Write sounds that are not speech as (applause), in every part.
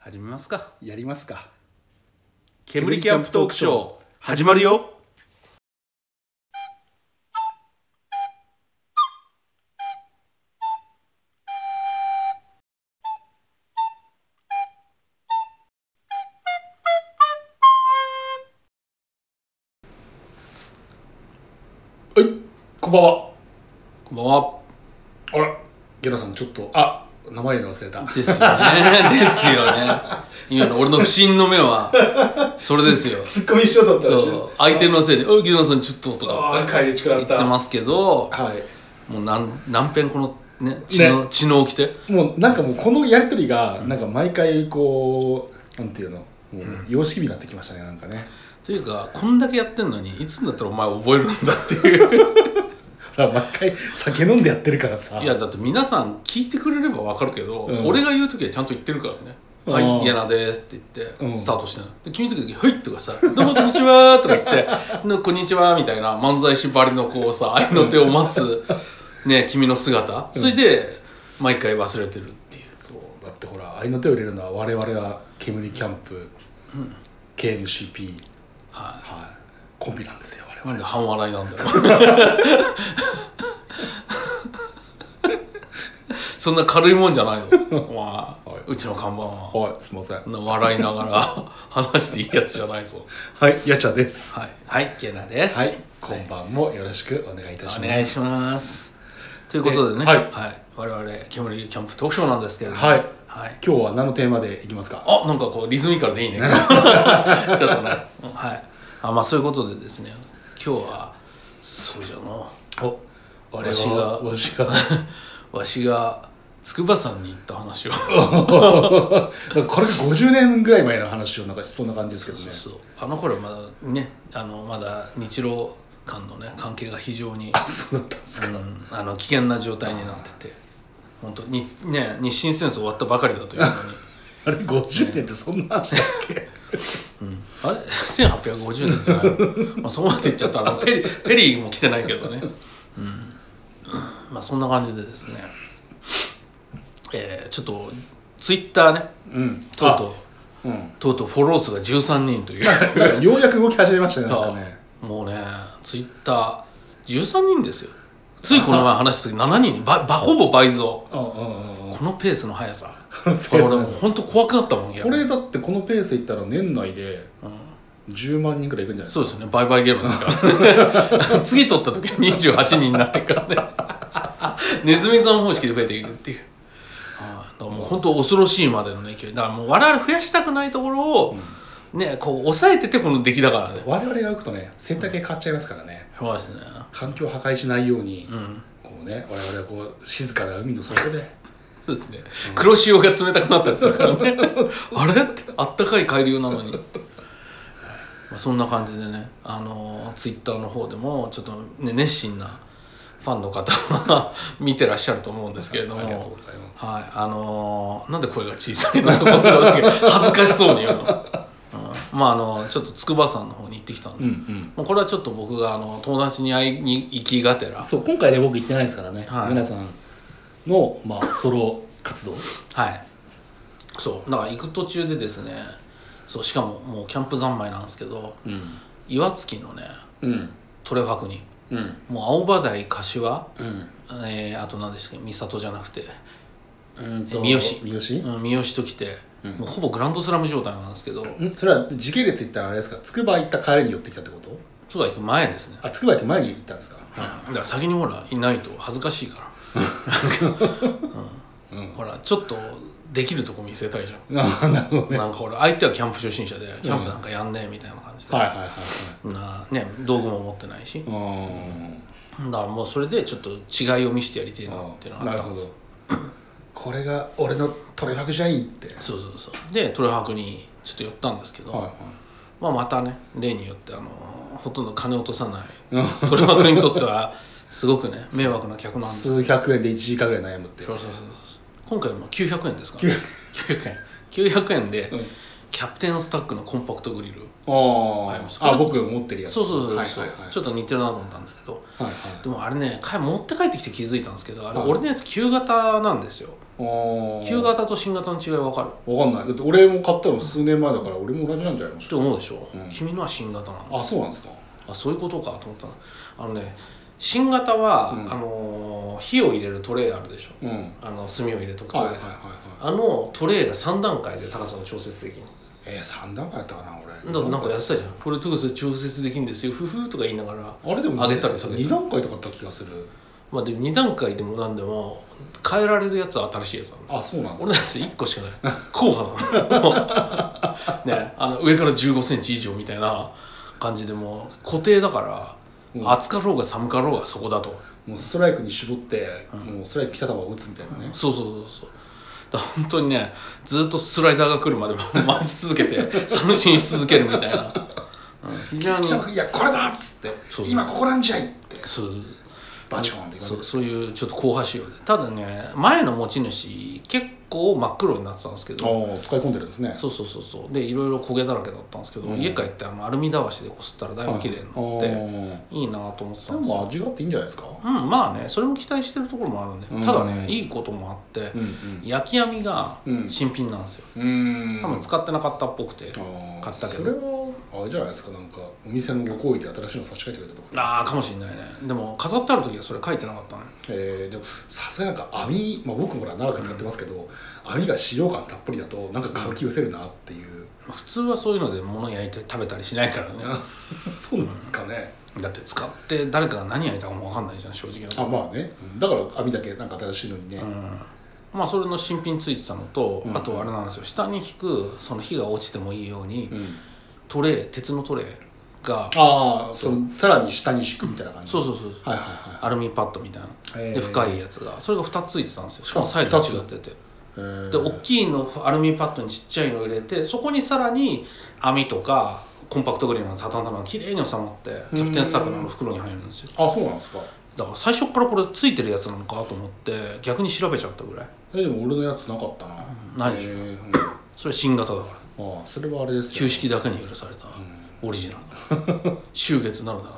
始めますかやりますか煙キャンプトークショー始まるよはいこんばんはこんばんはあらゲラさんちょっとあ名前忘れたですよねですよね今の俺の不審の目はそれですよツッコミしようと思ったらしいそう相手のせいで「おいギノさんちょっと」とあかあ帰り力あ言っってたますけどはいもう何何遍このね血の血の起きてもうなんかもうこのやりとりがなんか毎回こうなんていうのもう様式美になってきましたねなんかねというかこんだけやってんのにいつになったらお前覚えるんだっていうほら毎回酒飲んでやってるからさいやだって皆さん聞いてくれればわかるけど、うん俺が言う時はちゃんと言ってるからね「うんはいゲナです」って言って、うんスタートしてないで君の時「はい」とかさ「どうもこんにちは」とか言って (laughs) 「のこんにちは」みたいな漫才師ばりのこうさ愛の手を待つ、ね、君の姿それで毎回忘れてるっていうそうだってほら愛の手を入れるのは我々は煙キャンプ、KMCP ははいコンビなんですよ我いなん々で半笑いなんだよ (laughs) (laughs) そんな軽いもんじゃ (laughs) ないぞ、まあはいうちの看板は。はいすいませんそんな笑いながら (laughs) 話していいやつじゃないぞ。はいやちゃですはい、はい、ゲナです。はいこんばんもよろしくお願いいたしますお願いします。ということでね、えはい我々煙キャンプ特賞なんですけれども、はいはい今日は何のテーマでいきますかあ、なんかこうリズミカルでい (laughs) いね。ちょっとね、うんはい。あ、まあそういうことでですね、今日はそうじゃのおわしがわしがう、わしが筑波山に行った話 (laughs) を。なんかこれが50年ぐらい前の話をなんかそんな感じですけどねそうそうあの頃まだね、あのまだ日露間のね関係が非常に。あそうだったんですかうん、あの危険な状態になってて本当にね日清戦争終わったばかりだというのに、あれ50年ってそんな話だっけうん、あれ1850年じゃないの、まあ、そこまでいっちゃったらあのペリペリーも来てないけどね、うん、まあそんな感じでですね、えーちょっとツイッターねうんとうとうううんとうとうフォロー数が13人というなんかようやく動き始めましたねなんかねもうねツイッター13人ですよついこの前話した時7人にばばほぼ倍増あああああこのペースの速さあこ (laughs) れ俺もう本当怖くなったもんこれ逆にだってこのペースいったら年内で10万人ぐらいいくんじゃないでそすかうですよねバイバイゲームです (laughs) からね次取った時は28人になってっからねネズミさん方式で増えていくっていうはいだからもう本当恐ろしいまでのね勢いだからもう我々増やしたくないところを、ねこう抑えててこの出来だからね我々が動くとね洗濯機変わっちゃいますからねそうですね環境を破壊しないように、うんこうね我々はこう静かな海の底でそうですね、黒潮が冷たくなったりするからね (laughs) あれってあったかい海流なのに、 (laughs) まあ、そんな感じでねあのツイッターの方でもちょっと、ね、熱心なファンの方は (laughs) 見てらっしゃると思うんですけれどありがとうもございますはいあのなんで声が小さいのそこだけ (laughs) 恥ずかしそうに言うの、うんまああのちょっと筑波山の方に行ってきたんで、うんうんもうこれはちょっと僕があの友達に会いに行きがてらそう今回ね僕行ってないですからね、はい皆さんの、まあ、ソロ活動はいそうだから行く途中でですねそうしかももうキャンプ三昧なんですけどうん岩槻のねうんトレファクにうんもう青葉台柏、うんえーあと何でしたっけ三郷じゃなくて、うんえ三好三好うん、三好と来て、うんもうほぼグランドスラム状態なんですけどんそれは時系列言ったらあれですか筑波行った帰りに寄ってきたってこと都外行く前ですね、あ筑波行く前に行ったんですか、うん、だから先にほらいないと恥ずかしいからうん (laughs) ほらちょっとできるとこ見せたいじゃんああなるほどねなんか俺相手はキャンプ初心者でキャンプなんかやんねえみたいな感じで、はいはいはいはいなね、道具も持ってないし、うんだからもうそれでちょっと違いを見せてやりてえなっていうのがあっなるたんほですどこれが俺のトレファクじゃいいってそうそうそうでトレハクにちょっと寄ったんですけど、まあ、またね例によってあのほとんど金落とさない (laughs) いはいトレハクにとってはすごくね迷惑な客なんです数百円で1時間ぐらい悩むってそうそうそうそう今回も900円ですから、ね、900円900円で、うんキャプテンスタックのコンパクトグリルあ買いまあしたあ僕持ってるやつそうそうそうそう、はいはいはいちょっと似てるなと思ったんだけどはいはいでもあれねか持って帰ってきて気づいたんですけどあれはい俺のやつ旧型なんですよお旧わ型と新型の違い分かるかんないだって俺も買ったの数年前だから俺も同じなんじゃないもってしかして思うでしょ、うん君のは新型なのあそうなんですかあそういうことかと思ったのあのね新型は、うんあのー火を入れるトレイあるでしょうんはいあの炭を入れとくトレはイ、いはいはいあのトレイが3段階で高さを調節できるえー、3段階やったかな俺だからなんかやってたじゃん「これトゥース調節できるんですよフフ」とか言いながらあれでも上げたり下げたり2段階とかあった気がするまあでも2段階でも何でも変えられるやつは新しいやつなのあそうなんで俺すのかやつ1個しかない硬派なの (laughs) もうねあの上から1 5ンチ以上みたいな感じでもう固定だから、うん暑かろうが寒かろうがそこだともうストライクに絞って、うんもうストライク来た球を打つみたいなね、そうそうそうそうだから本当にねずっとスライダーが来るまで (laughs) 待ち続けて三振し続けるみたいな、うん、非常に来た球いやこれだっつってそうそう今ここなんじゃいってそうバチコーンって言わそうれてそういうちょっと硬派仕様でただね前の持ち主結構真っ黒になってたんですけどああ使い込んでるんですねそうそうそうそうでいろいろ焦げだらけだったんですけど、うん家帰ってあのアルミだわしでこすったらだいぶ綺麗になってなっいいなと思ってたでんですよも味があっていいんじゃないですかうんまあねそれも期待してるところもあるんで、うんただねいいこともあって、ん焼き網がうん新品なんですよ、うん多分使ってなかったっぽくて、買買ったけどそれはあれじゃないですかなんかお店のご好意で新しいの差し替えてくれたとかああかもしんないねでも飾ってある時はそれ書いてなかったねえー、でもさすがになんか網、まあ、僕もほら長く使ってますけど、網が使用感たっぷりだとなんか買う気失せるなっていう、普通はそういうので物焼いて食べたりしないからね (laughs) そうなんですかね、だって使って誰かが何焼いたかも分かんないじゃん正直なとこあまあねだから網だけなんか新しいのにね、うんまあそれの新品ついてたのと、うんあとあれなんですよ下に引くその火が落ちてもいいように、うんトレー鉄のトレーがああそのさらに下に敷くみたいな感じそうそうそうはいはいはアルミパッドみたいな、いで深へいやつがそれが2つついてたんですよしかもサイズが違っててーで大きいのアルミパッドにちっちゃいのを入れてそこにさらに網とかコンパクトグリーンの畳んだのが綺麗に収まってキャプテンスタッフのあの袋に入るんですよあそうなんですかだから最初からこれついてるやつなのかと思って逆に調べちゃったぐらいえでも俺のやつなかったな、ないでしょえーうんそれ新型だからああそれはあれですよ旧 (laughs) 式だけに許されたうんオリジナルだ終月なるならね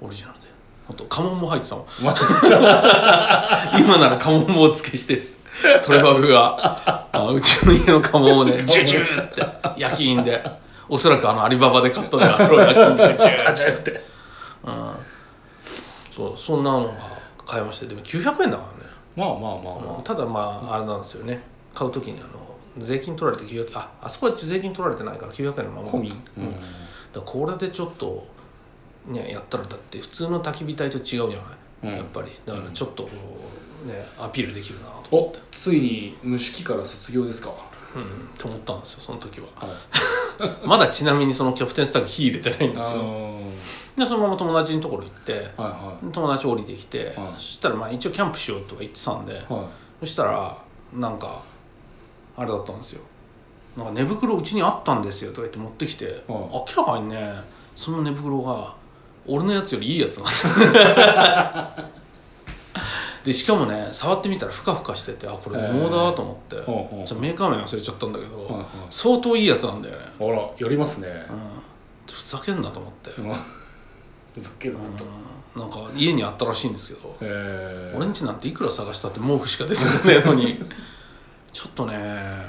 オリジナルであと家紋も入ってたもんマジっすか今なら家紋もお付けしてっつってトレバブがあうちの家の家紋をねジュジューって焼き印でおそらくあのアリババで買ったであろう焼き印でジューあじゃあやってうんそうそんなのが買いましてでも900円だからねまあまあまあまあ、ただまああれなんですよね買う時にあの税金取られて900円ああそこは税金取られてないから900円のまま込みうんだからこれでちょっとねやったらだって普通の焚き火台と違うじゃない、うんやっぱりだからちょっとこうねアピールできるなと、おついに無式から卒業ですかうん、って思ったんですよその時ははいまだちなみにそのキャプテンスタッグ火入れてないんですけあどのーでそのまま友達のところ行っては友達降りてきて、はいそしたらまあ一応キャンプしようとは言ってたんで、いはいはそしたらなんかあれだったんですよなんか寝袋うちにあったんですよとか言って持ってきて、明らかにねその寝袋が俺のやつよりいいやつなんだ (laughs) でしかもね触ってみたらふかふかしててあこれ羽毛だと思って、いほうほうちょっとメーカー名忘れちゃったんだけど、はいはい相当いいやつなんだよね、あらやりますねうん、ふざけんなと思って、うんふ (laughs) ざけるなうとんなんか家にあったらしいんですけどえー俺んちなんていくら探したって毛布しか出てこないの (laughs) にちょっとね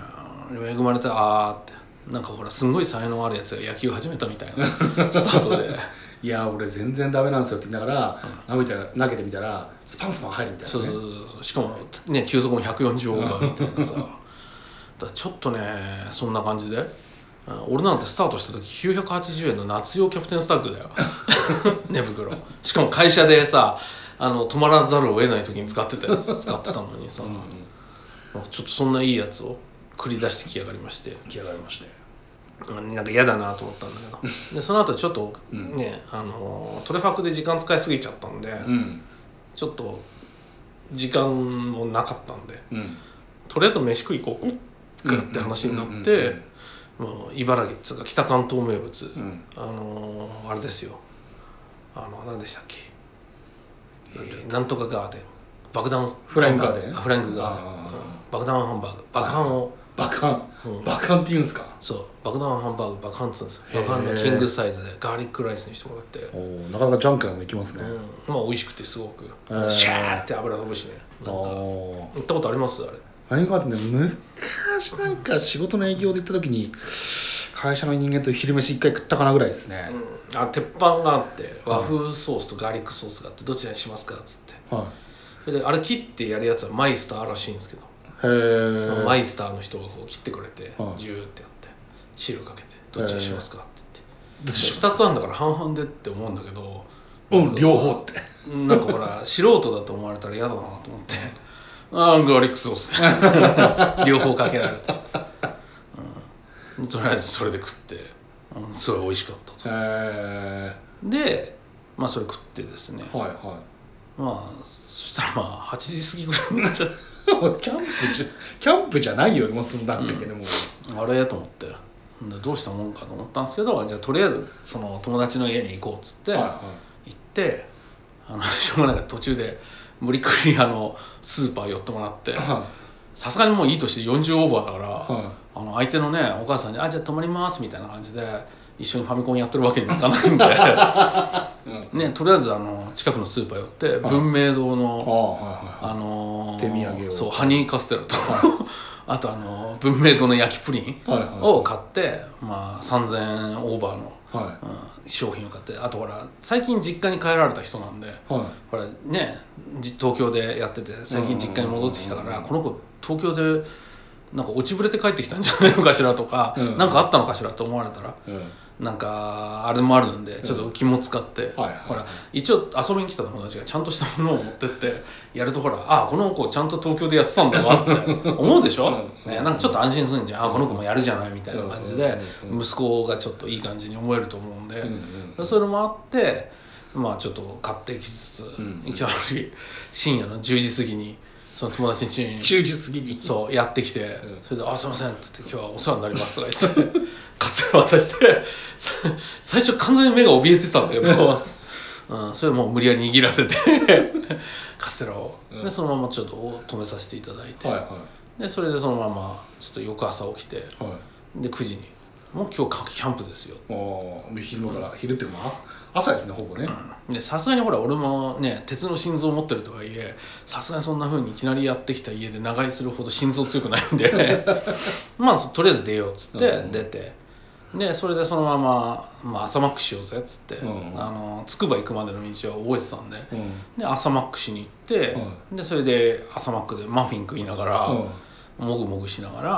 恵まれたあーってなんかほらすんごい才能あるやつが野球始めたみたいなスタート (laughs) でいや俺全然ダメなんですよって言いながら投げて投げてみたらスパンスパン入るみたいなそうねそうそうそうしかもね球速も140オーバーみたいなさだからちょっとねそんな感じでうん俺なんてスタートした時980円の夏用キャプテンスタッグだよ (laughs) 寝袋しかも会社でさあの泊まらざるを得ない時に使ってたやつ使ってたのにさ、うんうんなんかちょっとそんないいやつを繰り出してきやがりまして来上がりましてうんなんか嫌だなと思ったんだけどでその後ちょっとうんね、あのトレファクで時間使いすぎちゃったんで、うんちょっと時間もなかったんでうんとりあえず飯食い行こうかって話になっうんうんうんてもう茨城っつうか北関東名物、うんあのーあれですよあの何でしたっけ、えーなんとかガーデン爆弾フライングガーデンあフライングガーデンあーうん爆弾ハンバーグ爆弾をバカンうんバカンって言うんすかそう爆弾ハンバーグ爆弾っつうんですよへー爆弾のキングサイズでガーリックライスにしてもらって、おーなかなかジャンクなのもいきますうねん、まあ美味しくてすごくへーシャーって油飛ぶしねなんかお行ったことありますあれワインガーデンで昔なんか仕事の営業で行った時に会社の人間と昼飯一回食ったかなぐらいですね、うんあ鉄板があって和風ソースとガーリックソースがあってどちらにしますかっつってはそれであれ切ってやるやつはマイスターらしいんですけど、いへそえのマイスターの人がこう切ってくれて、はいジューってやって汁かけてどっちにしますかってど言っっ、ちにして二2つあるんだから半々でって思うんだけどうん両方ってなんかほら素人だと思われたら嫌だなと思ってああガーリックソース (laughs) 両方かけられて、うん、とりあえずそれで食って、うん、すごい美味しかったとへえでまあそれ食ってですねはい (laughs) はまあそしたらまあ8時過ぎぐらいになっちゃっいもうキャンプじゃキャンプじゃないよもうその段階でもう、たあれと思ってでどうしたもんかと思ったんですけどじゃあとりあえずその友達の家に行こうっつって、はいは行ってあのしょうがないから途中で無理くりあのスーパー寄ってもらっていはさすがにもういい年で40オーバーだから、いはあの相手のねお母さんに「あじゃあ泊まります」みたいな感じで一緒にファミコンやってるわけにもいかないん (laughs) で、いうんね、とりあえずあの近くのスーパー寄って文明堂あの、あはいあはのー手土産をそうハニーカステラと、は (laughs) あとあのー文明堂の焼きプリンいはいはいを買って、まあ、3000円オーバーの、はうん商品を買ってあとほら最近実家に帰られた人なんでいはいほらねじ東京でやってて最近実家に戻ってきたから、うんこの子東京でなんか落ちぶれて帰ってきたんじゃないのかしらとか、うんなんかあったのかしらと思われたらうんなんかあれもあるんでちょっと気も使って、はいはいほら一応遊びに来た友達がちゃんとしたものを持ってってやるとほらあこの子ちゃんと東京でやってたんだわって (laughs) 思うでしょ、うんね、なんかちょっと安心するんじゃんあこの子もやるじゃないみたいな感じでうん息子がちょっといい感じに思えると思うんで。うんうんそれもあってまあちょっと買ってきつつ、うんいきなり深夜の10時過ぎにその友達ん家に中時過ぎにそうやってきて、んそれで「あすいません」って言って「今日はお世話になります」とか言ってカステラ渡してさ最初完全に目が怯えてたんだけど、うん、それもう無理やり握らせてカステラを、うんでそのままちょっとお止めさせていただいて、はいはでそれでそのままちょっと翌朝起きていはいで9時に「もう今日キャンプですよ」もう昼間から、昼っていうかまあ朝朝ですねほぼね、でさすがにほら俺もね鉄の心臓を持ってるとはいえさすがにそんな風にいきなりやってきた家で長居するほど心臓強くないんで (laughs) まあとりあえず出ようっつってうん出て、でそれでそのまま、まあ、朝マックしようぜっつって、うんあのつくば行くまでの道は覚えてたんでうんうんで朝マックしに行って、はでそれで朝マックでマフィン食いながら、うんもぐもぐしながら、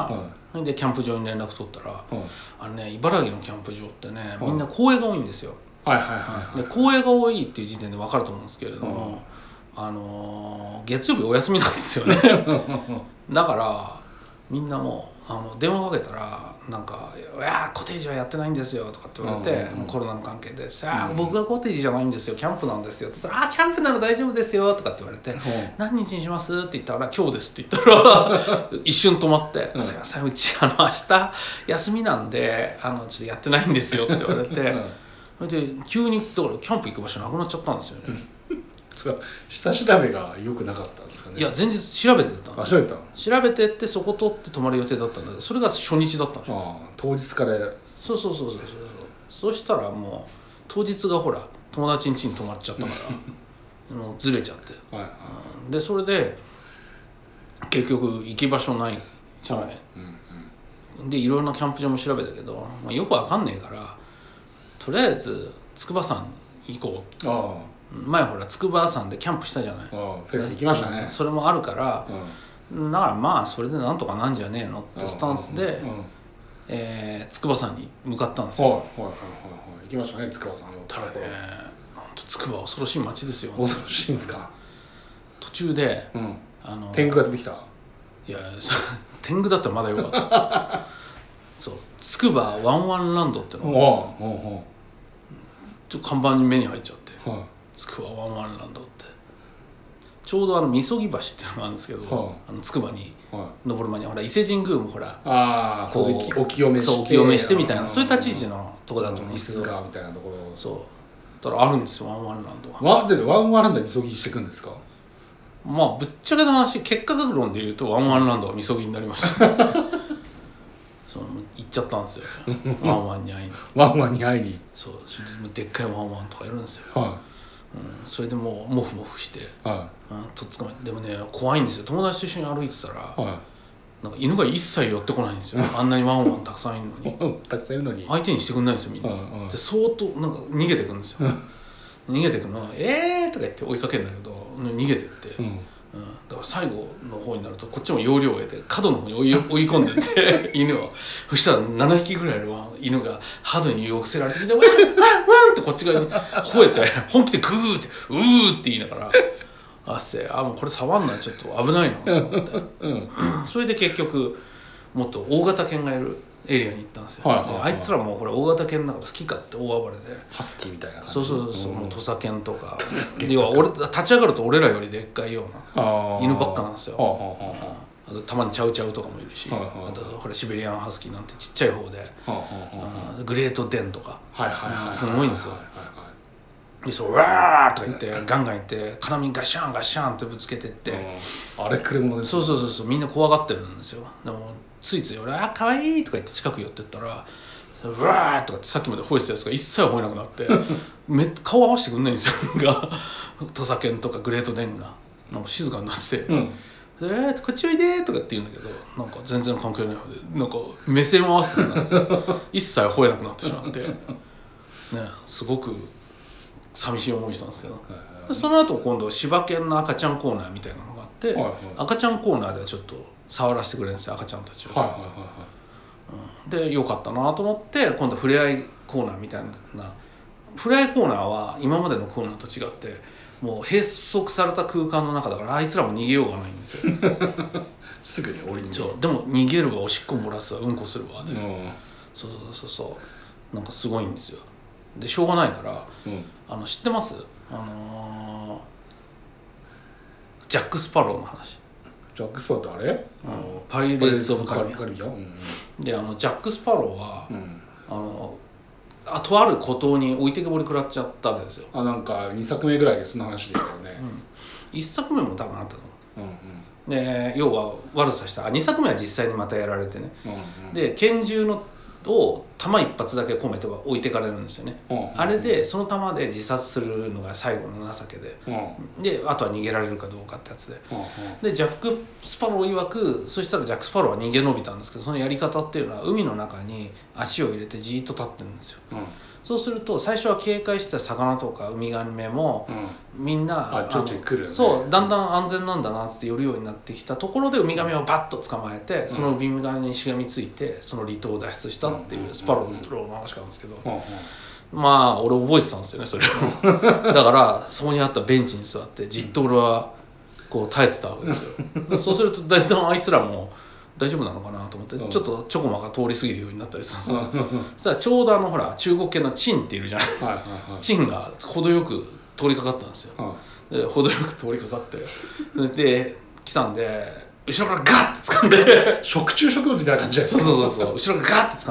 はでキャンプ場に連絡取ったらうんあのね茨城のキャンプ場ってねうんみんな公営が多いんですよ。はいはいはいではい公営が多いっていう時点で分かると思うんですけれども、あのー月曜日お休みなんですよね (laughs) だからみんなもうあの電話かけたらなんか「いやーコテージはやってないんですよ」とかって言われて、うんうんうんコロナの関係で「うさんうあん僕はコテージじゃないんですよキャンプなんですよ」って言ったら「あーキャンプなら大丈夫ですよ」とかって言われてうん何日にしますって言ったから「今 (laughs) 日です」って言ったら一瞬止まって「うんすいませんうちあの明日休みなんであのちょっとやってないんですよ」って言われて、うんそれで急にだからキャンプ行く場所なくなっちゃったんですよね、つか下調べが良くなかったんですかねいや前日調べてたんあです調べたの調べてってそこ取って泊まる予定だったんだけどそれが初日だったのよああ当日からそうそうそうそうそうそうそしたらもう当日がほら友達ん家に泊まっちゃったから (laughs) もうずれちゃってはいはいうんでそれで結局行き場所ないじゃない、うんうんでいろんなキャンプ場も調べたけど、まあ、よくわかんねえからとりあえず筑波山行こうあ前ほら筑波山でキャンプしたじゃないあああフェス行きましたねそれもあるからうんだからまあそれでなんとかなんじゃねえのってスタンスでうん、うんえー筑波山に向かったんですはいはいよはいはいはい行きましたね筑波さんのただねほんと筑波は恐ろしい町ですよ恐ろしいんですか途中でうんあの天狗が出てきたいや (laughs) そ天狗だったらまだよかった (laughs) そう筑波ワンワンランドってのがあおるうんですよおうちょっと看板に目に入っちゃっておうは筑波ワンワンランドってちょうどあのみそぎ橋っていうのがあるんですけど、はあの筑波にいはい登る前にほら伊勢神宮もほらああそこできお清めしてそうお清めしてみたいなそういう立ち位置ののとこだと思うんですすけどがみたいなところそうだからあるんですよワンワンランドがわじゃあワンワンランドに急ぎしていくんですかまあぶっちゃけの話結果学論で言うとワンワンランドはみそぎになりました (laughs) そうもう行っちゃったんですよワンワンに会いにワンワンに会いにそうそれでもうでっかいワンワンとかいるんですよ、はうん、それでもうモフモフして、いはうん、とっつかまえてでもね怖いんですよ友達と一緒に歩いてたらいはなんか犬が一切寄ってこないんです (laughs) よあんなにワンワンたくさんいるのにうんたくさんいるのに相手にしてくんないんですよみんなうんうんで相当なんか逃げてくんですよ逃げてくの「えー!」とか言って追いかけるんだけど逃げてって、うんうん、だから最後の方になるとこっちも要領を得て角の方に追い (laughs) 追い込んでって犬をそしたら7匹ぐらいの犬が肌に寄せられてきて「ワンワンワン!」ってこっち側に吠えて本気でグーって「うー」って言いながら汗あもうこれ触んないちょっと危ないなと思ってうんそれで結局もっと大型犬がいるエリアに行ったんですよ、はいはいはいであいつらもうこれ大型犬だから好きかって大暴れで。ハスキーみたいな感じそうそうそう、うんもう土佐犬とか犬要は俺立ち上がると俺らよりでっかいようなあー犬ばっかなんですよはあはあはああとたまにチャウチャウとかもいるし、はいはいはいあとほらシベリアンハスキーなんてちっちゃい方で、はあはあはあーグレートデンとかあはいはいはいすごいんですよははでそうわーとか言ってガンガン言って金網ガシャンガシャンってぶつけてって、いはいうんあれくれ者ですそうそうそうそうみんな怖がってるんですよでもついつい俺「あ可愛いとか言って近く寄ってったら「うわー」とかってさっきまで吠えてたやつが一切吠えなくなって (laughs) め顔合わせてくんないんですよが土佐犬とかグレートデンがなんか静かになってて、うんでえーこっちおいでーとかって言うんだけどなんか全然関係ないのでなんか目線を合わせてなくて一切吠えなくなってしまって、ね、すごく寂しい思いしたんですけどでその後今度柴犬の赤ちゃんコーナーみたいなのがあって、はいはい赤ちゃんコーナーではちょっと触らせてくれるんですよ赤ちゃんたちを、はいはいはでよかったなと思って今度触れ合いコーナーみたいな触れ合いコーナーは今までのコーナーと違ってもう閉塞された空間の中だからあいつらも逃げようがないんです (laughs) よいすぐに俺にそうでも逃げるわおしっこ漏らすわうんこするわで、うんそうそうそうそうなんかすごいんですよでしょうがないからうんあの知ってますあのージャック・スパローの話ジャック・スパローってあれあのパイレーツ・オブ・カリビアカリビアンうんンであのジャック・スパローは、うんあのあとある孤島に置いてけぼり食らっちゃったわけですよあなんか2作目ぐらいでその話でしたよね一作目も多分あったのうんうんで要は悪さしたあ二作目は実際にまたやられてねうんうんで拳銃のを弾一発だけ込めては置いてかれるんですよねうんあれでその弾で自殺するのが最後の情けでうんうんうんであとは逃げられるかどうかってやつででジャック・スパロー曰くそしたらジャック・スパローは逃げ延びたんですけどそのやり方っていうのは海の中に足を入れてじーっと立ってるんですよそうすると最初は警戒してた魚とかウミガメもうんみんなあちょっと来るよねそうだんだん安全なんだなっつって寄るようになってきたところでウミガメをバッと捕まえてそのウミガメにしがみついてその離島を脱出したっていうスパローの話があるんですけどうんうんまあ俺覚えてたんですよね (laughs) それをだからそこにあったベンチに座ってじっと俺はこう耐えてたわけです (laughs) よそうするとだんだんあいつらも大丈夫なのかなと思って、うんちょっとちょこまか通り過ぎるようになったりするんですよ、うんうんそしたらちょうどあのほら中国系のチンっているじゃないはいはいはいチンが程よく通りかかったんですようんで程よく通りかかってで来たんで後ろからガッて掴ん (laughs) で食虫植物みたいな感じでそうそうそうそう後ろからガッて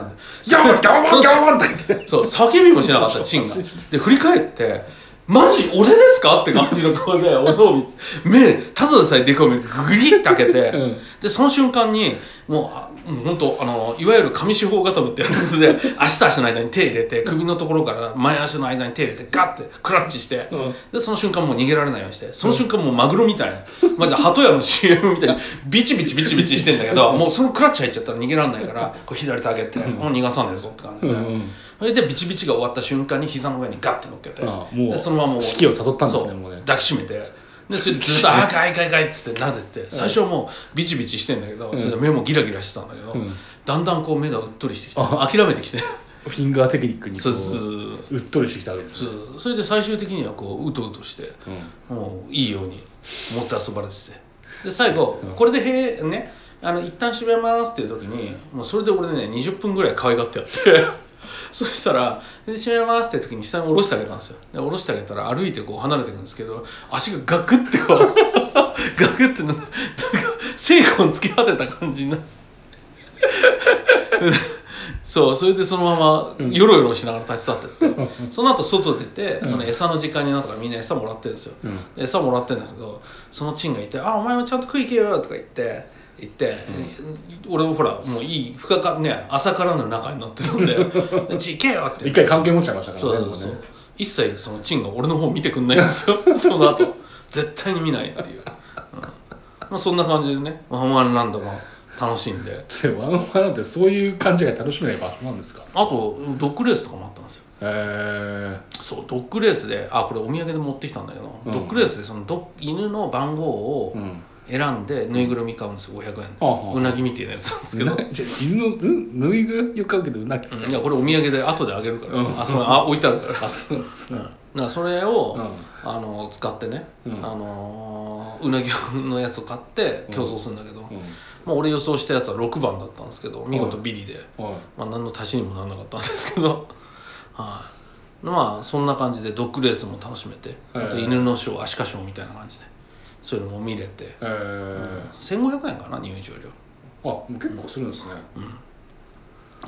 掴 (laughs) んでガモンガモンガモンって言ってそう叫びもしなかったチンがで振り返ってマジ俺ですかって感じの顔で俺を見目ただでさえでかい目グリッて開けて、うんでその瞬間にもうあもう本当あのいわゆる紙四方固めってやつで足と足の間に手入れて首のところから前足の間に手入れてガッてクラッチして、うんでその瞬間もう逃げられないようにしてその瞬間もうマグロみたいなマジで鳩屋の CM みたいにビチビチビチビチしてんだけどもうそのクラッチ入っちゃったら逃げられないからこう左手上げて、もう逃がさねえぞって感じで。うんうんそれでビチビチが終わった瞬間に膝の上にガッて乗っけてああもうでそのままもう死期を悟ったんですねそうもうね抱きしめてでそれでずっ (laughs) と「あーかいかいかい」っつってなでて最初はもうビチビチしてんだけど、それで目もギラギラしてたんだけど、んだんだんこう目がうっとりしてきてあ諦めてきてフィンガーテクニックにこそううそううっとりしてきたわけですそねうそれで最終的にはこううとうとしてうんもういいように持って遊ばれててで最後これでへえねあの一旦閉めますっていう時にもうそれで俺ね20分ぐらい可愛がってやって (laughs) そしたらで閉めますっていう時に下に下ろしてあげたんですよで下ろしてあげたら歩いてこう離れていくんですけど足がガクってこう (laughs) ガクってななんかシリコン突き果てた感じになって (laughs) そうそれでそのままヨロヨロしながら立ち去ってってその後外出てその餌の時間になったからみんな餌もらってるんですよ、うん餌もらってんだけどそのチンがいて「あお前もちゃんと食い行けよ」とか言って言って、俺もほらもういい深かね朝からの仲になってたんで (laughs) 「でち行けよ」って一回関係持っちゃいましたかそうらねそうもそう、ね一切そのチンが俺の方見てくんないんです (laughs) よその後絶対に見ないっていう、うんまあ、そんな感じでねワンワンランドも楽しんででワンオンワンなんてそういう感じが楽しめない場所なんですかあとドッグレースとかもあったんですよえー、そうドッグレースであこれお土産で持ってきたんだけど、うんドッグレースでそのドッ犬の番号をうん選んでぬいぐるみ買うんですよ500円でああうなぎみたいなやつなんですけど、なじゃあ犬のうんぬいぐるみを買うけどうなぎうんいやこれお土産で後であげるから、うんあそこにあ置いてあるからあそうなんですうねん、だからそれを、うんあの使ってね、うんあのーうなぎのやつを買って競争するんだけど、うんまあ、俺予想したやつは6番だったんですけど見事ビリで、はいまあ、何の足しにもならなかったんですけど、 (laughs) はいまあそんな感じでドッグレースも楽しめて、はいあと犬のショーアシカショーみたいな感じでそういうのも見れて、えー、 1500円かな入場料あもう結構するんですね、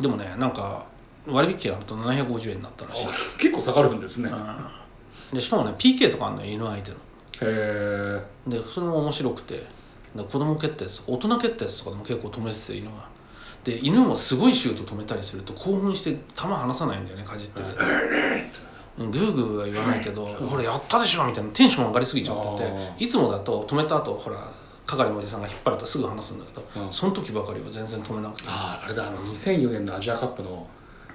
でもねなんか割引券あると750円になったらしい、あ結構下がるんですね、へうんでしかもね PK とかあるのよ犬相手のえでそれも面白くてで子供決定です大人決定ですとかでも結構止めてて犬がで犬もすごいシュート止めたりすると興奮して球離さないんだよねかじってるやつうんグーグーは言わないけど「ほらやったでしょ」みたいなテンション上がりすぎちゃってあていつもだと止めた後ほら係のおじさんが引っ張るとすぐ離すんだけど、うんその時ばかりは全然止めなくてあああれだあの2004年のアジアカップの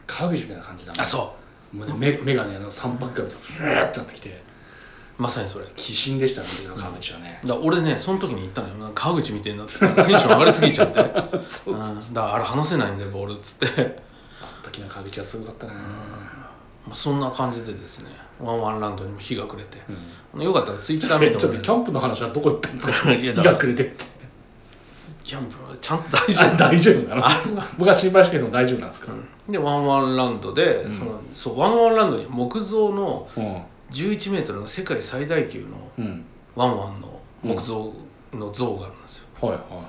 川口みたいな感じだなあそうもうね目目がねあの三パックがブーってなってきてまさにそれ鬼神でしたねあの時の川口はね、 (laughs) だから俺ねその時に言ったのよなんか川口みたいになってきたテンション上がりすぎちゃって、うん (laughs) そだからあれ離せないんだよボールっつってあの時の川口はすごかったな、まあ、そんな感じでですねワンワンランドにも日が暮れて、うんよかったらツイッターえ見ちょてもっとらえるキャンプの話はどこ行ったんですかいや日だからが暮れて (laughs) ってキャンプはちゃんと大あ丈大丈夫なの僕は心配してるけど大丈夫なんですか、夫でワンワンランドで、んそのそうワンワンランドに木造のうん1 1ルの世界最大級のうんワンワンの木造の像があるんですよ、はいはいはい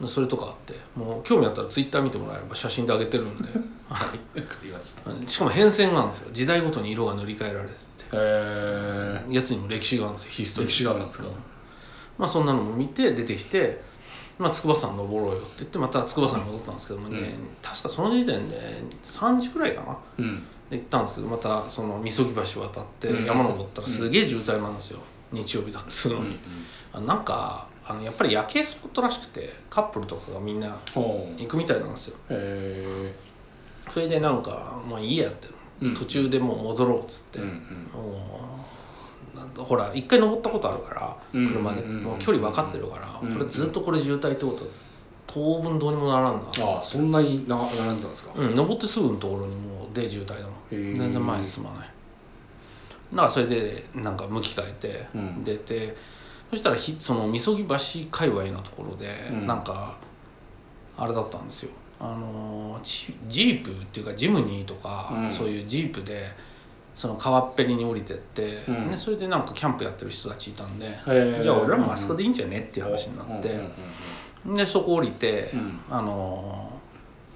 でそれとかあってもう興味あったらツイッター見てもらえれば写真であげてるんではいわかりました。しかも変遷があるんですよ時代ごとに色が塗り替えられててえー、やつにも歴史があるんですよヒストリー歴史があるんですか。まあ、そんなのも見て出てきて、まあ、筑波山登ろうよって言ってまた筑波山に戻ったんですけども、ねうん確かその時点で3時くらいかなうん。で行ったんですけどまたそのみそぎ橋渡ってうん山登ったらすげえ渋滞なんですよ、日曜日だっつうのに、あなんかあのやっぱり夜景スポットらしくてカップルとかがみんなほう。行くみたいなんですよえそれでなんかまあいいやって、うん途中でもう戻ろうっつって、ー。うんもうなんだほら一回登ったことあるからうん車でうんうんうんもう距離分かってるからうんこれずっとこれ渋滞ってこと当分どうにもならんなああ、そんなにな並んでたんですか。うん登ってすぐのところにもうで渋滞だもんへー全然前に進まないだからそれでなんか向き変えてうん出てそしたらひそのみそぎ橋界隈のところでうんなんかあれだったんですよあのージジープっていうかジムニーとかうんそういうジープでその川っぺりに降りてって、うんね、それでなんかキャンプやってる人たちいたんで、えじゃあ俺らもあそこでいいんじゃねっていう話になって、でそこ降りて、うんあの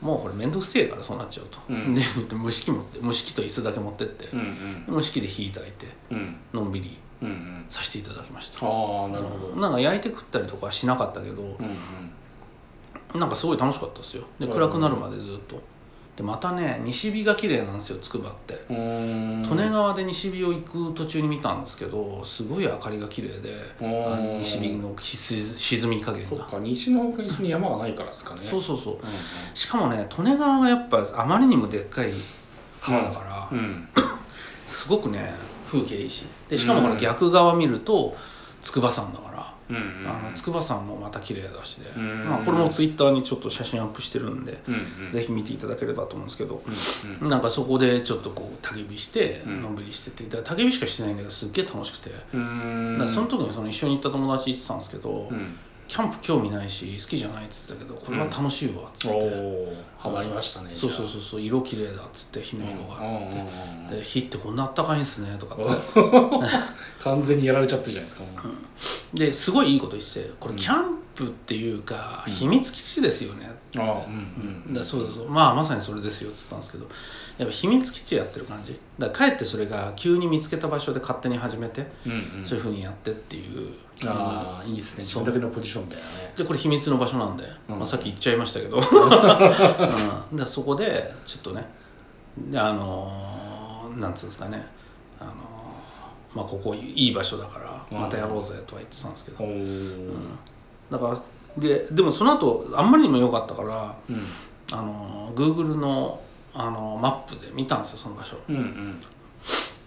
ーもうこれ面倒くせえからそうなっちゃうと、うんで蒸し器持って蒸し器と椅子だけ持ってって、うんうん蒸し器で火いただいてうんうんのんびりうんうん。させていただきましたああ、なるほど。うんなんか焼いて食ったりとかはしなかったけどうん。なんかすごい楽しかったですよでうん暗くなるまでずっとでまたね西日が綺麗なんですよつくばってうーん利根川で西日を行く途中に見たんですけどすごい明かりが綺麗でうんあの西日のひす沈み加減そがっか、西の方が一緒に山がないからですかね。そうそうそううんしかもね利根川がやっぱあまりにもでっかい川だから、うん。うん。すごくね風景いいしでしかもこうのん逆側見ると筑波山だから、うんうん。あの筑波山もまた綺麗だしで、うんまあ、これもツイッターにちょっと写真アップしてるんで、うんうん。ぜひ見ていただければと思うんですけど、うんうん。なんかそこでちょっとこう焚き火してうんのんびりしててだから焚き火しかしてないんだけどすっげえ楽しくて、うーん。だからその時にその一緒に行った友達言ってたんですけど、うん。キャンプ興味ないし好きじゃないっつってたけどこれは楽しいわっつって。おーハマりましたね。そうそうじそうそう色綺麗だっつって火のゃあ色がっつっうんうんうんうんてで火ってこんなあったかいんすねとかって (laughs) 完全にやられちゃってるじゃないですか、もうですごいいいこと言っててこれキャンプっていうか秘密基地ですよねああうんだそうそうそうまあまさにそれですよっつったんですけどやっぱ秘密基地やってる感じだからかえってそれが急に見つけた場所で勝手に始めてうんうんそういうふうにやってっていうああいいですね自そう分だけのポジションみたいなねでこれ秘密の場所なんで、うんまあ、さっき言っちゃいま (laughs) したけど、うん、だからそこでちょっとねであのーなんつうんですかね、あのーまあ、ここいい場所だからうんまたやろうぜとは言ってたんですけど、おーだからででもその後あんまりにも良かったからうんあの Google のあのマップで見たんですよその場所うん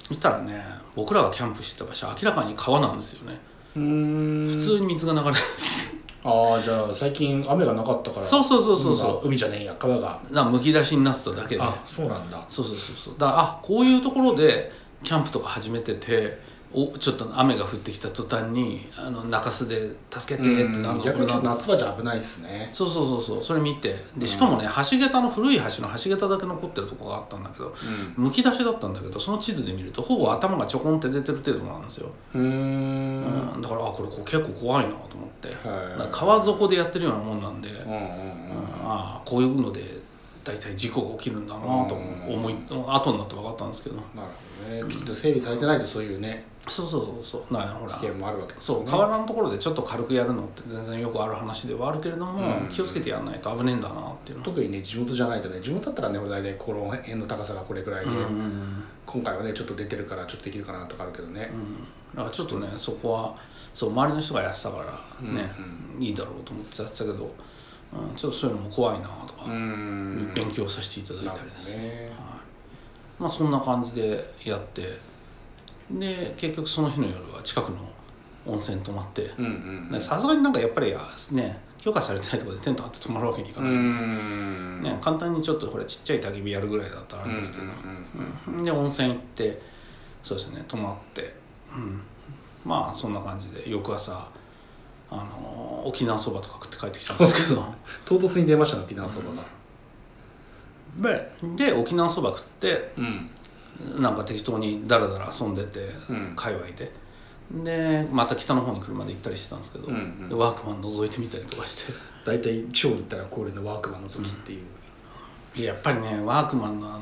見たらね僕らがキャンプしてた場所明らかに川なんですよねうん普通に水が流れて (laughs) るんです、ああじゃあ最近雨がなかったからそうそうそうそう海がそ海じゃねえや川がうだからむき出しになってただけであそうなんだそうそうそうそうだからあこういうところでキャンプとか始めてておちょっと雨が降ってきた途端にあの中州で助けてってなるの逆にちょこれなっとんだ夏場じゃ危ないっすねそうそうそうそうそれ見てでしかもね橋桁の古い橋の橋桁だけ残ってるとこがあったんだけどむき出しだったんだけどその地図で見るとほぼ頭がちょこんって出てる程度なんですよ、うーんうんだからあこれこう結構怖いなと思って、だからはい川底でやってるようなもんなんで、うんうんうんああこういうので大体事故が起きるんだなと思い、後になって分かったんですけどなるほどねきっと整備されてないとそういうねそうそうそうそうなほ危ら険もあるわけですそようね河原のところでちょっと軽くやるのって全然よくある話ではあるけれども、うん気をつけてやんないと危ねえんだなっていうの特にね地元じゃないとね地元だったらね俺大体この辺の高さがこれぐらいで、うんうんうん今回はねちょっと出てるからちょっとできるかなとかあるけどねう、んだからちょっとねそこはそう周りの人がやってたからね、いいだろうと思ってやってたけど、うん、ちょっとそういうのも怖いなとか、うーん勉強させていただいたりですねねまあそんな感じでやってで結局その日の夜は近くの温泉泊まってうんうんねさすがになんかやっぱりね許可されてないところでテント張って泊まるわけにいかうない、んね、簡単にちょっとこれちっちゃい焚き火やるぐらいだったらあれですけど、うんで温泉行ってそうですね泊まって、うん、まあそんな感じで翌朝あの沖縄そばとか食って帰ってきたんです (laughs) けど唐突に出ましたね沖縄そばがでで沖縄そば食ってうんなんか適当にダラダラ遊んでて、うん界隈ででまた北の方に車で行ったりしてたんですけど、うんうんでワークマン覗いてみたりとかして。 (laughs) 大体地方に行ったら恒例のワークマンの時っていう、でやっぱりねワークマンのあの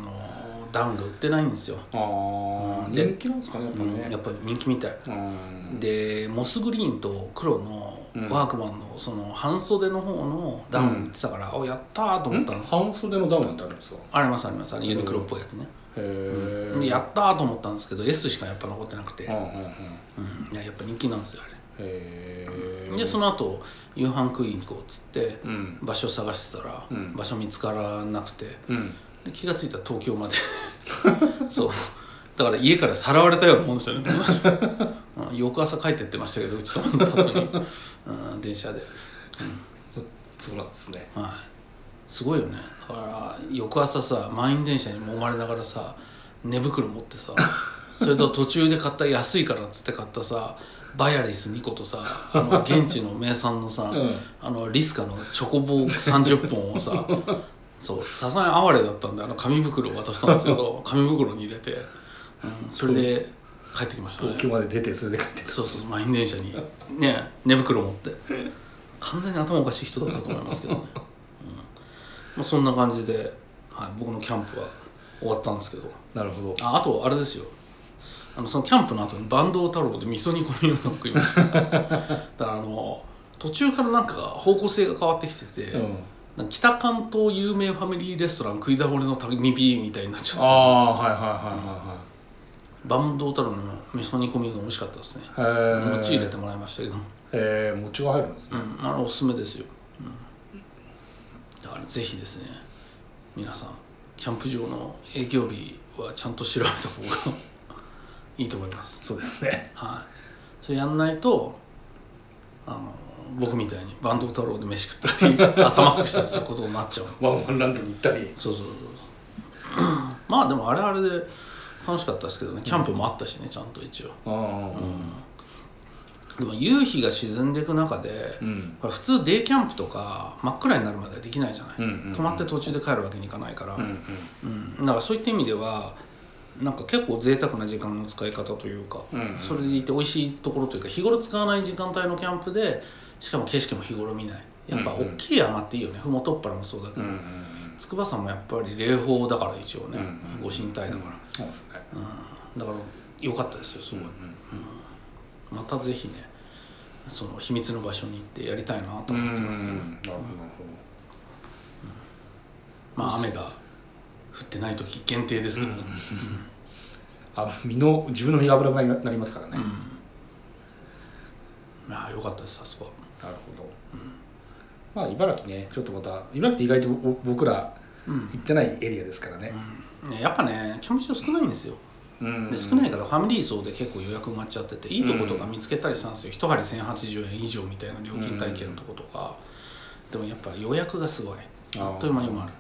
ダウンが売ってないんですよ、ああうん人気なんですかねやっぱね、やっぱり人気みたいうんでモスグリーンと黒のうんワークマンのその半袖の方のダウン売ってたから、おやったーと思ったの、半袖のダウンってあるんですかありますありますあれユニクロっぽいやつね、へえ、でやったーと思ったんですけど S しかやっぱ残ってなくて、うんうんうんへうんいややっぱ人気なんですよあえれでその後夕飯食いに行こうっつってうん場所探してたら、うん場所見つからなくてうんで気がついたら東京まで (laughs) そうだから家からさらわれたようなもんですよね (laughs) うん翌朝帰ってってましたけどうちと思った後に、うん、電車で、そうなんですねはい、すごいよねだから翌朝さ満員電車に揉まれながらさ寝袋持ってさそれと途中で買った安いからっつって買ったさバイアリス2個とさあの現地の名産のさ、んあのリスカのチョコ棒30本を (laughs) さそうさすがに哀れだったんであの紙袋を渡したんですけ (laughs) ど紙袋に入れて、うん、それで帰ってきましたね東京まで出てそれで帰ってそうそう満員電車にね寝袋持って完全に頭おかしい人だったと思いますけ (laughs) どね、うんまあ、そんな感じで、はい、僕のキャンプは終わったんですけどなるほどああとあれですよあのそのキャンプの後に坂東太郎で味噌煮込みうどん食いましただ (laughs) からあの途中からなんか方向性が変わってきてて、うんなんか北関東有名ファミリーレストラン食い倒れの旅火みたいになっちゃってたああーはいは坂東太郎の味噌煮込みうどん美味しかったですねいはいはいへえ餅入れてもらいましたけどえー、餅が入るんですうね、ん、あれおすすめですよ、うん、だからぜひですね皆さんキャンプ場の営業日はちゃんと調べた方がいいと思いますそうで (laughs) すねはいそれやんないとあの僕みたいに坂東太郎で飯食ったり (laughs) 朝マックしたりすることになっちゃうワンワンランドに行ったりそうそうそうそうまあでもあれあれで楽しかったですけどねキャンプもあったしねちゃんと一応うんでも夕日が沈んでいく中で、うんこれ普通デイキャンプとか真っ暗になるまではできないじゃない、うんうんうん泊まって途中で帰るわけにいかないから、うんうんだからそういった意味ではなんか結構贅沢な時間の使い方というか、うんうんそれでいて美味しいところというか日頃使わない時間帯のキャンプでしかも景色も日頃見ないやっぱうんう大んきい山っていいよね麓っ腹もそうだけうど、ん筑波山もやっぱり霊峰だから一応ね、うんうんご神体だから、そうですねうんだから良かったですよすうごい、んまたぜひねその秘密の場所に行ってやりたいなとうん思ってます、なるほどなるほどまあ、雨が降ってない時限定ですけど、あ身の自分の身が危なくなりますからね、まあよかったですあそこはなるほど、まあ茨城ねちょっとまた茨城って意外とぼ僕ら行ってないエリアですからね、うんねやっぱねキャンプ場少ないんですようんで少ないからファミリー層で結構予約埋まっちゃってていいとことか見つけたりしたんですよ、一針1080円以上みたいな料金体系のとことか、でもやっぱ予約がすごいああっという間に埋まる、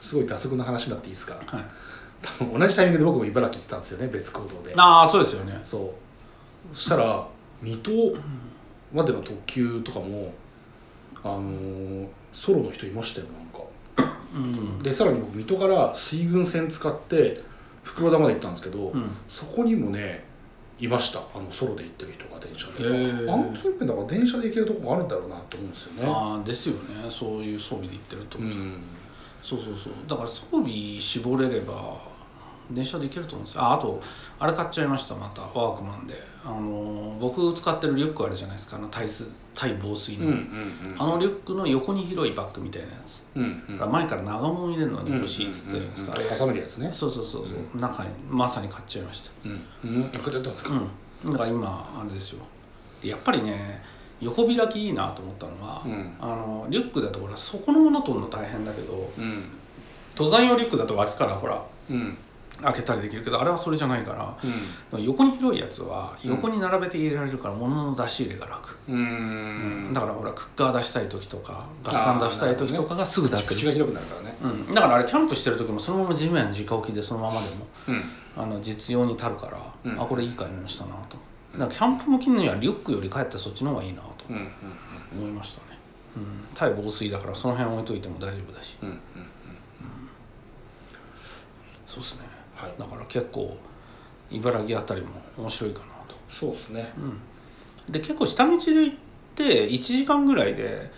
すごい打足の話になっていいですかはい、多分同じタイミングで僕も茨城行ってたんですよね別行動でああそうですよねそうそしたら水戸までの特急とかもあのーソロの人いましたよなんかうんでさらに僕水戸から水郡線使って袋田まで行ったんですけど、うんそこにもねいましたあのソロで行ってる人が電車で、へーあの近辺だから電車で行けるとこがあるんだろうなと思うんですよねああですよねそういう装備で行ってるってこと、うんそうそうそうだから装備絞れれば電車で行けると思うんですよああとあれ買っちゃいましたまたワークマンであのー僕使ってるリュックあるじゃないですかあの耐す耐防水うの、んうんあのリュックの横に広いバッグみたいなやつ、うんうんうだんから前から長物入れるのにうん欲しいっつってたじゃないですか、うんうんあれ挟めるやつねそうそうそうそう、中にまさに買っちゃいましたうんうん買っちゃったんですか、うん、だから今あれですよでやっぱりね横開きいいなと思ったのは、うんあのリュックだとほらそこのもの取るの大変だけどうん登山用リュックだと脇からほらうん開けたりできるけどあれはそれじゃないからうん横に広いやつはうん横に並べて入れられるから物の出し入れが楽、うーんだからほらクッカー出したい時とかガスタン出したい時とかがすぐ出せ口るが広くなるからねうん、だからあれキャンプしてる時もそのまま地面直置きでそのままでもうんあの実用に足るから、うんあこれいい買い物したなとだからキャンプ向きにはリュックよりかえってそっちの方がいいなとうんうん思いましたね、うん、対防水だからその辺置いといても大丈夫だしうんうんそうですねはいだから結構茨城あたりも面白いかなとそうですねうんで結構下道で行って1時間ぐらいで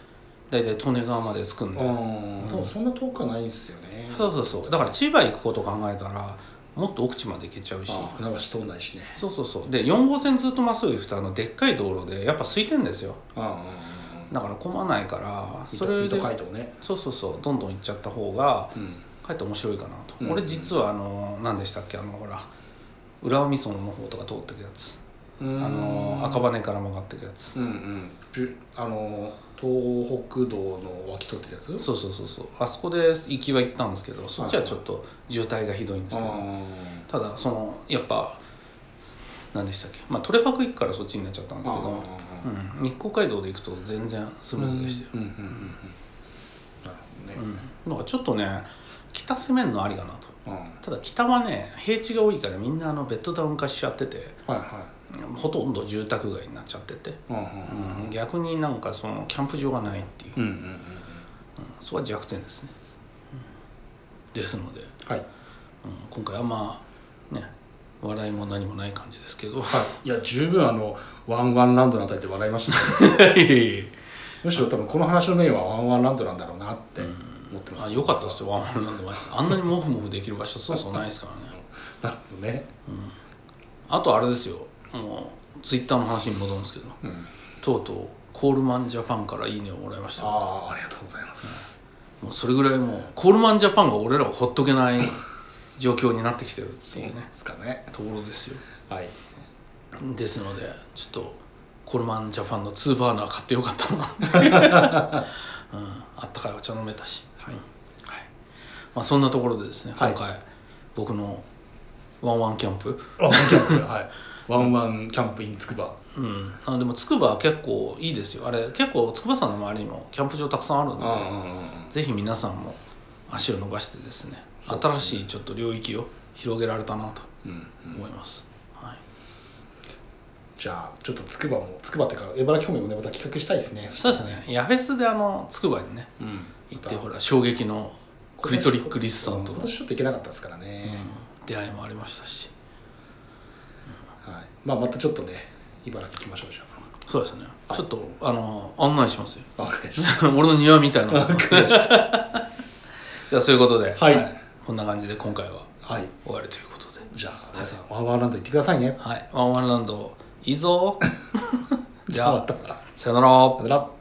大体利根川まで着くんうんで、でもそんな遠くはないんですよねそうそうそうだから千葉行くこと考えたらもっと奥地まで行けちゃうしあ船橋通んないしねそうそうそうで4号線ずっとまっすぐ行くとあのでっかい道路でやっぱ空いてんですよあだから混まないからそそれれ水で戸街道ねそうそうそうどんどん行っちゃった方がうんかえって面白いかなと、うん俺実はあの何でしたっけあのほら浦和美園の方とか通ってくやつああの赤羽から曲がってくやつうんうんじゅあの東北道の脇通ってるやつそうそうそうそうあそこで行きは行ったんですけどそっちはちょっと渋滞がひどいんですけど、あただそのやっぱ何でしたっけまあトレパク行くからそっちになっちゃったんあですけどうん、日光街道で行くと全然スムーズでしたよ、うんうんうんうんなるほどねうんだからちょっとね北攻めるのありかなとうんはただ北はね平地が多いからみんなあのベッドタウン化しちゃってていはほとんど住宅街になっちゃってて、いうんううんん逆になんかそのキャンプ場がないっていう、うんうんうんうんそこは弱点ですね、うんですので、うん、はい今回あんまね笑いも何もない感じですけど (laughs) いや十分あのワンワンランドのあたりで笑いましたね (laughs) むしろ多分この話のメインはワンワンランドなんだろうなって思ってます、あよかったですよワンワンランドマジであんなにモフモフできる場所そうそうないですからねなるほどね、あとあれですよもうツイッターの話に戻るんですけどうん、とうとうコールマンジャパンからいいねをもらいましたもああありがとうございます、うそれぐらいもうコールマンジャパンが俺らをほっとけない状況になってきてるっていうねですかねところですよはいですのでちょっとコールマンジャパンの2バーナー買ってよかったなって、 (laughs) うん、あったかいお茶飲めたし、はいはいまあ、そんなところでですねはい今回、僕のワンワンキャンプワンワンキャンプはいワンワンキャンプインつくばうん、あでもつくばは結構いいですよあれ結構筑波山の周りにもキャンプ場たくさんあるんであぜひ皆さんも足を伸ばしてですねそうですね新しいちょっと領域を広げられたなとうんうん思います、はい、じゃあちょっとつくばもつくばっていうか茨城方面もねまた企画したいですねそうですねヤフェスであのつくばにねうん行っまてたほら衝撃のクリトリック・リスさんとの、今うん年ちょっと行けなかったですからね、出会いもありましたしはいまあまたちょっとね茨城行きましょうじゃそうですね、はいちょっとあの案内しますよ (laughs) あわかりました俺の庭みたいなの (laughs) じゃあそういうことで、はいこんな感じで今回ははい終わりということでじゃあ皆さんワンワンランド行ってくださいね (laughs) はい、ワンワンランド、いいぞ。じじゃあゃまあ、たささよなら。よなら